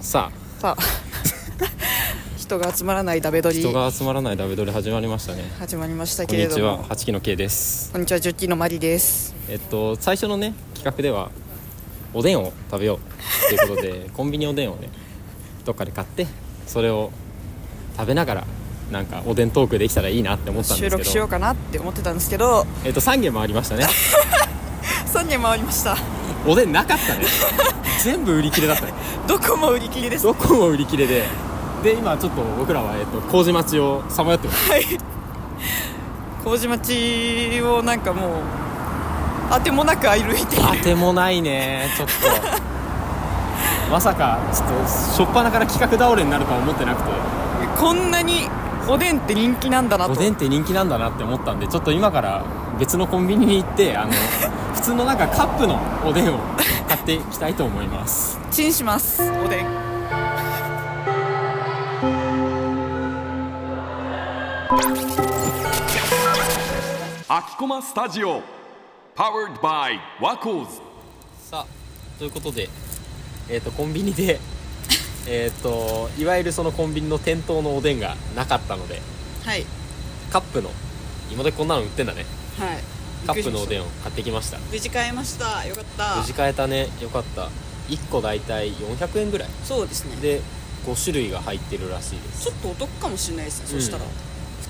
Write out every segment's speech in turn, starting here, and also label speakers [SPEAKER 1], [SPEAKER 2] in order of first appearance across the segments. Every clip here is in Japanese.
[SPEAKER 1] さ
[SPEAKER 2] さあ 人が集まらないダベ
[SPEAKER 1] あ
[SPEAKER 2] 撮り
[SPEAKER 1] 人が集まらないダメ撮り始まりましたね
[SPEAKER 2] 始まりました
[SPEAKER 1] こ
[SPEAKER 2] け
[SPEAKER 1] ん
[SPEAKER 2] れ
[SPEAKER 1] に
[SPEAKER 2] ど
[SPEAKER 1] ちは
[SPEAKER 2] も
[SPEAKER 1] 八木の K です
[SPEAKER 2] こんにちはジョッキーのマリです
[SPEAKER 1] えっと最初のね企画ではおでんを食べようということ でコンビニおでんをねどっかで買ってそれを食べながらなんかおでんトークできたらいいなって思ったん
[SPEAKER 2] 収
[SPEAKER 1] です
[SPEAKER 2] 録
[SPEAKER 1] け
[SPEAKER 2] しよう
[SPEAKER 1] ど
[SPEAKER 2] かなって思ってたんですけど
[SPEAKER 1] えっと3軒回りました ね
[SPEAKER 2] 3人回りました
[SPEAKER 1] おでんなかったね全部売り切れだったね
[SPEAKER 2] どこも売り切れです
[SPEAKER 1] どこも売り切れでで今ちょっと僕らは、えっと、麹町をさまよってます
[SPEAKER 2] 麹町をなんかもうあてもなく歩いてい
[SPEAKER 1] 当
[SPEAKER 2] る
[SPEAKER 1] てもないねちょっとまさかちょっと初っ端から企画倒れになるとは思ってなくて
[SPEAKER 2] こんなにおでんって人気なんだな
[SPEAKER 1] お
[SPEAKER 2] と
[SPEAKER 1] でんって人気なんだなって思ったんでちょっと今から別のコンビニに行って あの普通のなんかカップのおでんを買っていきたいと思います
[SPEAKER 2] チンしますおでん
[SPEAKER 3] 秋駒スタジオ Powered by ワコーズ
[SPEAKER 1] さあということでえっ、とコンビニ でえっ、といわゆるそのコンビニの店頭のおでんがなかったので
[SPEAKER 2] はい
[SPEAKER 1] カップの今でこんなの売ってんだね
[SPEAKER 2] はい
[SPEAKER 1] カップのおで
[SPEAKER 2] ん
[SPEAKER 1] んを買ってきました
[SPEAKER 2] 無事買えましたよかった
[SPEAKER 1] 無事買えたねよかった1個大体400円ぐらい
[SPEAKER 2] そうですね
[SPEAKER 1] で5種類が入ってるらしいです
[SPEAKER 2] ちょっとお得かもしれないですね、
[SPEAKER 1] うん
[SPEAKER 2] そしたらうん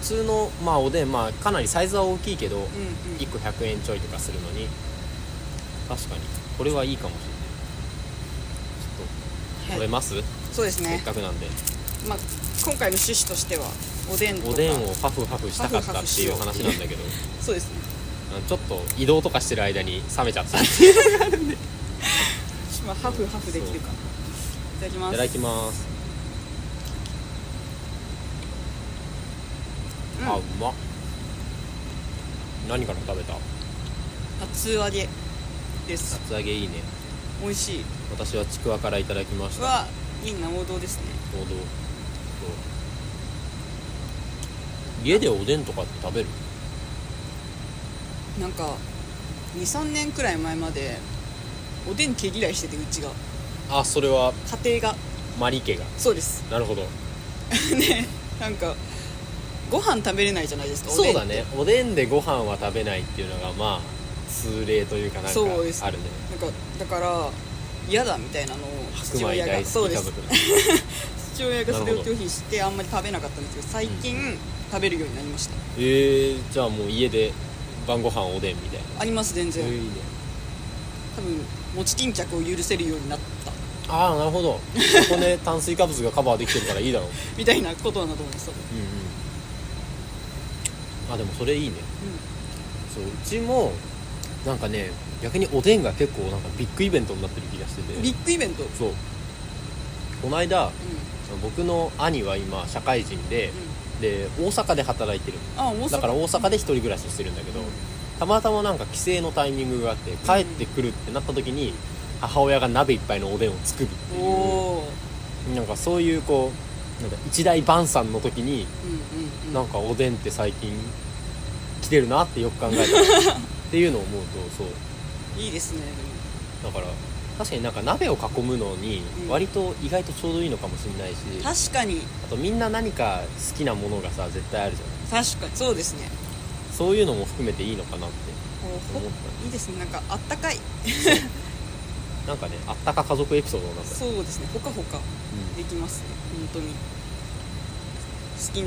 [SPEAKER 1] 普通のまあおでんまあかなりサイズは大きいけど、
[SPEAKER 2] うん
[SPEAKER 1] 1個100円ちょいとかするのに確かにこれはいいかもしれないちょっと
[SPEAKER 2] は
[SPEAKER 1] 食
[SPEAKER 2] い
[SPEAKER 1] べます、
[SPEAKER 2] そうです
[SPEAKER 1] せっ
[SPEAKER 2] ね、
[SPEAKER 1] かくなんで
[SPEAKER 2] まあ、今回の趣旨としてはおでんとか
[SPEAKER 1] おでんをパフパフしたかったっていう話なんだけど
[SPEAKER 2] そうですね
[SPEAKER 1] あのちょっと移動とかしてる間に冷めちゃったい
[SPEAKER 2] まあ、ハフハフできるかないただきます
[SPEAKER 1] ただきます、あうまっ何から食べた
[SPEAKER 2] 厚揚げです
[SPEAKER 1] 厚揚げいいね
[SPEAKER 2] 美味しい
[SPEAKER 1] 私はちくわからいただきました
[SPEAKER 2] はいいな王道ですね
[SPEAKER 1] 王道そう家でおでんとかって食べる
[SPEAKER 2] なんか23年くらい前までおでん毛嫌いしててうちが
[SPEAKER 1] あそれは
[SPEAKER 2] 家庭が
[SPEAKER 1] マリ家が
[SPEAKER 2] そうです
[SPEAKER 1] なるほど
[SPEAKER 2] ねなんかご飯食べれないじゃないですかお
[SPEAKER 1] そ
[SPEAKER 2] でん
[SPEAKER 1] うだねおでんでご飯は食べないっていうのがまあ通例というかなんか
[SPEAKER 2] そうです
[SPEAKER 1] あるね
[SPEAKER 2] なんかだから嫌だみたいなのを
[SPEAKER 1] 白
[SPEAKER 2] 父
[SPEAKER 1] 米
[SPEAKER 2] 親
[SPEAKER 1] 大
[SPEAKER 2] が
[SPEAKER 1] 好
[SPEAKER 2] そう
[SPEAKER 1] き
[SPEAKER 2] で
[SPEAKER 1] 家
[SPEAKER 2] す
[SPEAKER 1] 族の
[SPEAKER 2] 父親がそれ
[SPEAKER 1] な
[SPEAKER 2] を
[SPEAKER 1] るほ
[SPEAKER 2] 拒否してあんまり食べなかったんですけど最近、食べるようになりました
[SPEAKER 1] えー、じゃあもう家で晩ご飯おでんみたいな
[SPEAKER 2] あります全
[SPEAKER 1] えー
[SPEAKER 2] 然
[SPEAKER 1] いいね
[SPEAKER 2] 多分餅巾着を許せるようになった
[SPEAKER 1] ああなるほどそこで 炭水化物がカバーできてるからいいだろう
[SPEAKER 2] みたいなことなんだと思います多分
[SPEAKER 1] うんうんあでもそれいいねそううちもなんかね逆におでんが結構なんかビッグイベントになってる気がしてて
[SPEAKER 2] ビッグイベント、うん
[SPEAKER 1] そうこの間その僕の兄は今社会人で、で大阪で働いてる
[SPEAKER 2] あ大阪
[SPEAKER 1] だから大阪で一人暮らしをしてるんだけど、たまたまなんか帰省のタイミングがあって帰ってくるってなった時に、母親が鍋いっぱいのおでんを作るって
[SPEAKER 2] お
[SPEAKER 1] い
[SPEAKER 2] おー
[SPEAKER 1] うなんかそういうこうなんか一大晩餐の時に
[SPEAKER 2] うんうんうん
[SPEAKER 1] なんかおでんって最近来てるなってよく考えた っていうのを思うとそう
[SPEAKER 2] いいですね
[SPEAKER 1] だから確かになんか鍋を囲むのに
[SPEAKER 2] うん
[SPEAKER 1] 割と意外とちょうどいいのかもしれないし、
[SPEAKER 2] でも
[SPEAKER 1] あ
[SPEAKER 2] 確かに
[SPEAKER 1] とみんな何か好きなものがさ絶対あるじゃん
[SPEAKER 2] 確かにそうですね
[SPEAKER 1] そういうのも含めていいのかなって
[SPEAKER 2] こうほ
[SPEAKER 1] 思っ
[SPEAKER 2] いいですねなんかあったかい
[SPEAKER 1] たなんかねあったか家族エピソードなんだよ
[SPEAKER 2] そうですねほかほかできますね本当に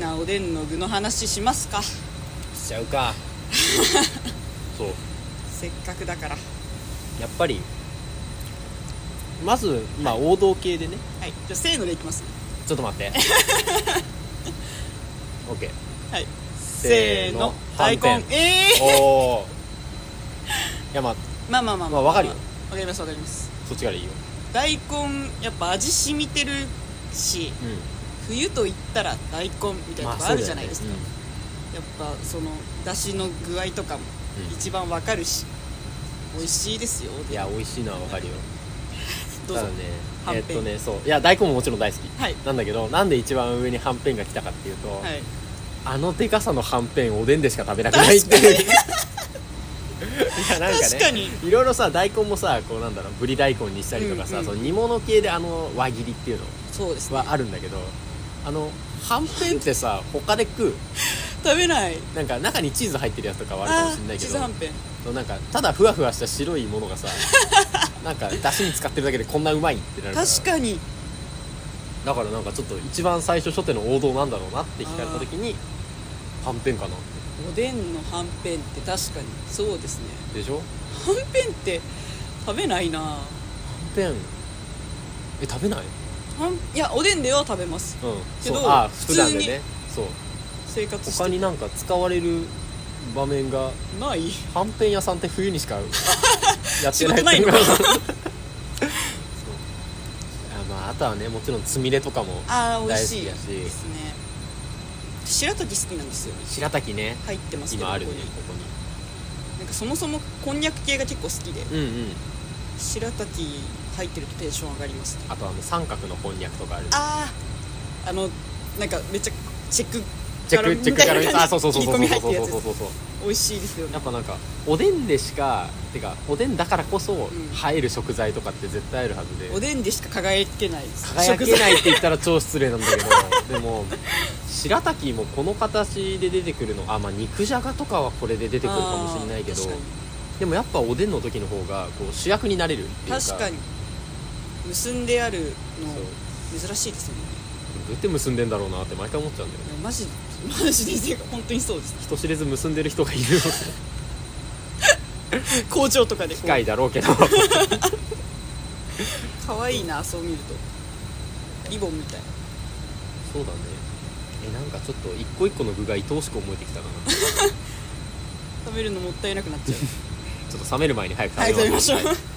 [SPEAKER 2] 好きなおでんの具の話しますか
[SPEAKER 1] うんしちゃう かそう
[SPEAKER 2] せっかくだから
[SPEAKER 1] やっぱりまずまあ王道系でね
[SPEAKER 2] はいじゃあせーのでいきます
[SPEAKER 1] ちょっと待って OK
[SPEAKER 2] はい
[SPEAKER 1] せー
[SPEAKER 2] せー
[SPEAKER 1] の
[SPEAKER 2] の大
[SPEAKER 1] はん
[SPEAKER 2] 根
[SPEAKER 1] ぺ
[SPEAKER 2] ええ
[SPEAKER 1] おおいやまあ
[SPEAKER 2] まあまあまあ
[SPEAKER 1] まあわかるよ
[SPEAKER 2] わかりますわかります
[SPEAKER 1] そっちからいいよ
[SPEAKER 2] 大根やっぱ味染みてるし
[SPEAKER 1] うん
[SPEAKER 2] 冬と言ったら大根みたいなとこあるじゃないですか、やっぱそのだしの具合とかも
[SPEAKER 1] うん
[SPEAKER 2] 一番わかるし、美味しいですよ
[SPEAKER 1] いや美味しいのはわかるよ
[SPEAKER 2] どうぞ
[SPEAKER 1] ただね
[SPEAKER 2] はん
[SPEAKER 1] え
[SPEAKER 2] ぺ
[SPEAKER 1] っ
[SPEAKER 2] ん
[SPEAKER 1] とねそういや大根ももちろん大好き、
[SPEAKER 2] はい
[SPEAKER 1] なんだけどなんで一番上にはんぺんが来たかっていうと、
[SPEAKER 2] はい
[SPEAKER 1] あのでかさのはんぺんおでんでしか食べなくないっていうい やなんかね
[SPEAKER 2] 確かに
[SPEAKER 1] いろいろさ大根もさこうなんだろうぶり大根にしたりとかさ、
[SPEAKER 2] うんうん
[SPEAKER 1] その煮物系であの輪切りっていうの
[SPEAKER 2] そうですね
[SPEAKER 1] はあるんだけどあのはんぺんってさ他で食う
[SPEAKER 2] 食べない
[SPEAKER 1] なんか中にチーズ入ってるやつとかはあるかも
[SPEAKER 2] あ
[SPEAKER 1] しれな
[SPEAKER 2] ー
[SPEAKER 1] いけ
[SPEAKER 2] チー
[SPEAKER 1] ど
[SPEAKER 2] ズはんぺん
[SPEAKER 1] そうなんかただふわふわした白いものがさ なんかだしに使ってるだけでこんなうまいってなるから
[SPEAKER 2] 確かに
[SPEAKER 1] だからなんかちょっと一番最初初手の王道なんだろうなって聞かれた時にはんぺんかな
[SPEAKER 2] おでんのはんぺんって確かにそうですね
[SPEAKER 1] でしょはん
[SPEAKER 2] はんぺんって食べないなは
[SPEAKER 1] ぺんえ食べない
[SPEAKER 2] んいやおでんでは食べます
[SPEAKER 1] うん
[SPEAKER 2] け
[SPEAKER 1] そ
[SPEAKER 2] ど
[SPEAKER 1] うあ
[SPEAKER 2] 普
[SPEAKER 1] 普
[SPEAKER 2] 通
[SPEAKER 1] 通
[SPEAKER 2] に
[SPEAKER 1] なんでねそう
[SPEAKER 2] 生活して
[SPEAKER 1] 他になんか使われる場面が
[SPEAKER 2] ない
[SPEAKER 1] はんぺん屋さんって冬にしかやって
[SPEAKER 2] 仕
[SPEAKER 1] ない
[SPEAKER 2] 事ないのか
[SPEAKER 1] そうあまああとはねもちろんつみれとかも
[SPEAKER 2] あー美
[SPEAKER 1] 大
[SPEAKER 2] 味
[SPEAKER 1] 好
[SPEAKER 2] しい
[SPEAKER 1] きだし
[SPEAKER 2] ですね白滝好きなんですよ
[SPEAKER 1] 白滝ね
[SPEAKER 2] 入ってますけど
[SPEAKER 1] 今あるね
[SPEAKER 2] ここに
[SPEAKER 1] ここ
[SPEAKER 2] なんかそもそもこんにゃく系が結構好きで
[SPEAKER 1] にうんうん
[SPEAKER 2] 白滝入ってるとテンション上がりますね
[SPEAKER 1] あとあの三角のこんにゃくとかある
[SPEAKER 2] あああのなんかめっちゃチェック
[SPEAKER 1] チェックチェックから
[SPEAKER 2] みたいな
[SPEAKER 1] あそうそうそうそう
[SPEAKER 2] 切
[SPEAKER 1] そ
[SPEAKER 2] り
[SPEAKER 1] う
[SPEAKER 2] 込み入
[SPEAKER 1] そう
[SPEAKER 2] ってるやつ
[SPEAKER 1] そうそうそう
[SPEAKER 2] 美味しいですよ
[SPEAKER 1] や
[SPEAKER 2] ね
[SPEAKER 1] っぱなんかおでんでしかてかおでんだからこそ
[SPEAKER 2] ん
[SPEAKER 1] 映える食材とかって絶対あるはずで、
[SPEAKER 2] おでんでしか輝けない
[SPEAKER 1] 輝
[SPEAKER 2] 食
[SPEAKER 1] け
[SPEAKER 2] 材
[SPEAKER 1] ないって言ったら超失礼なんだけどでも白滝もこの形で出てくるのあまあ肉じゃがとかはこれで出てくるかもしれないけど
[SPEAKER 2] あー確か
[SPEAKER 1] でもやっぱおでんの時の方がこう主役になれるっていうか
[SPEAKER 2] に確かに結んであるの珍しいですよね
[SPEAKER 1] どうやって結んでんだろうなって毎回思っちゃうんだよね
[SPEAKER 2] マジマジでてか本当にそうです
[SPEAKER 1] 人知れず結んでる人がいる
[SPEAKER 2] 工場とかでこ
[SPEAKER 1] 機
[SPEAKER 2] う
[SPEAKER 1] 械だろう けど
[SPEAKER 2] 可愛いなそう見るとリボンみたい
[SPEAKER 1] そうだねえなんかちょっと一個一個の具が愛おしく思えてきたかなち
[SPEAKER 2] 食べるのもったいなくなっちゃ う
[SPEAKER 1] ょっと冷める前に早く
[SPEAKER 2] はい
[SPEAKER 1] 食
[SPEAKER 2] 食
[SPEAKER 1] べ
[SPEAKER 2] べ
[SPEAKER 1] ま
[SPEAKER 2] ま
[SPEAKER 1] し
[SPEAKER 2] し
[SPEAKER 1] ょ
[SPEAKER 2] ょ
[SPEAKER 1] う
[SPEAKER 2] う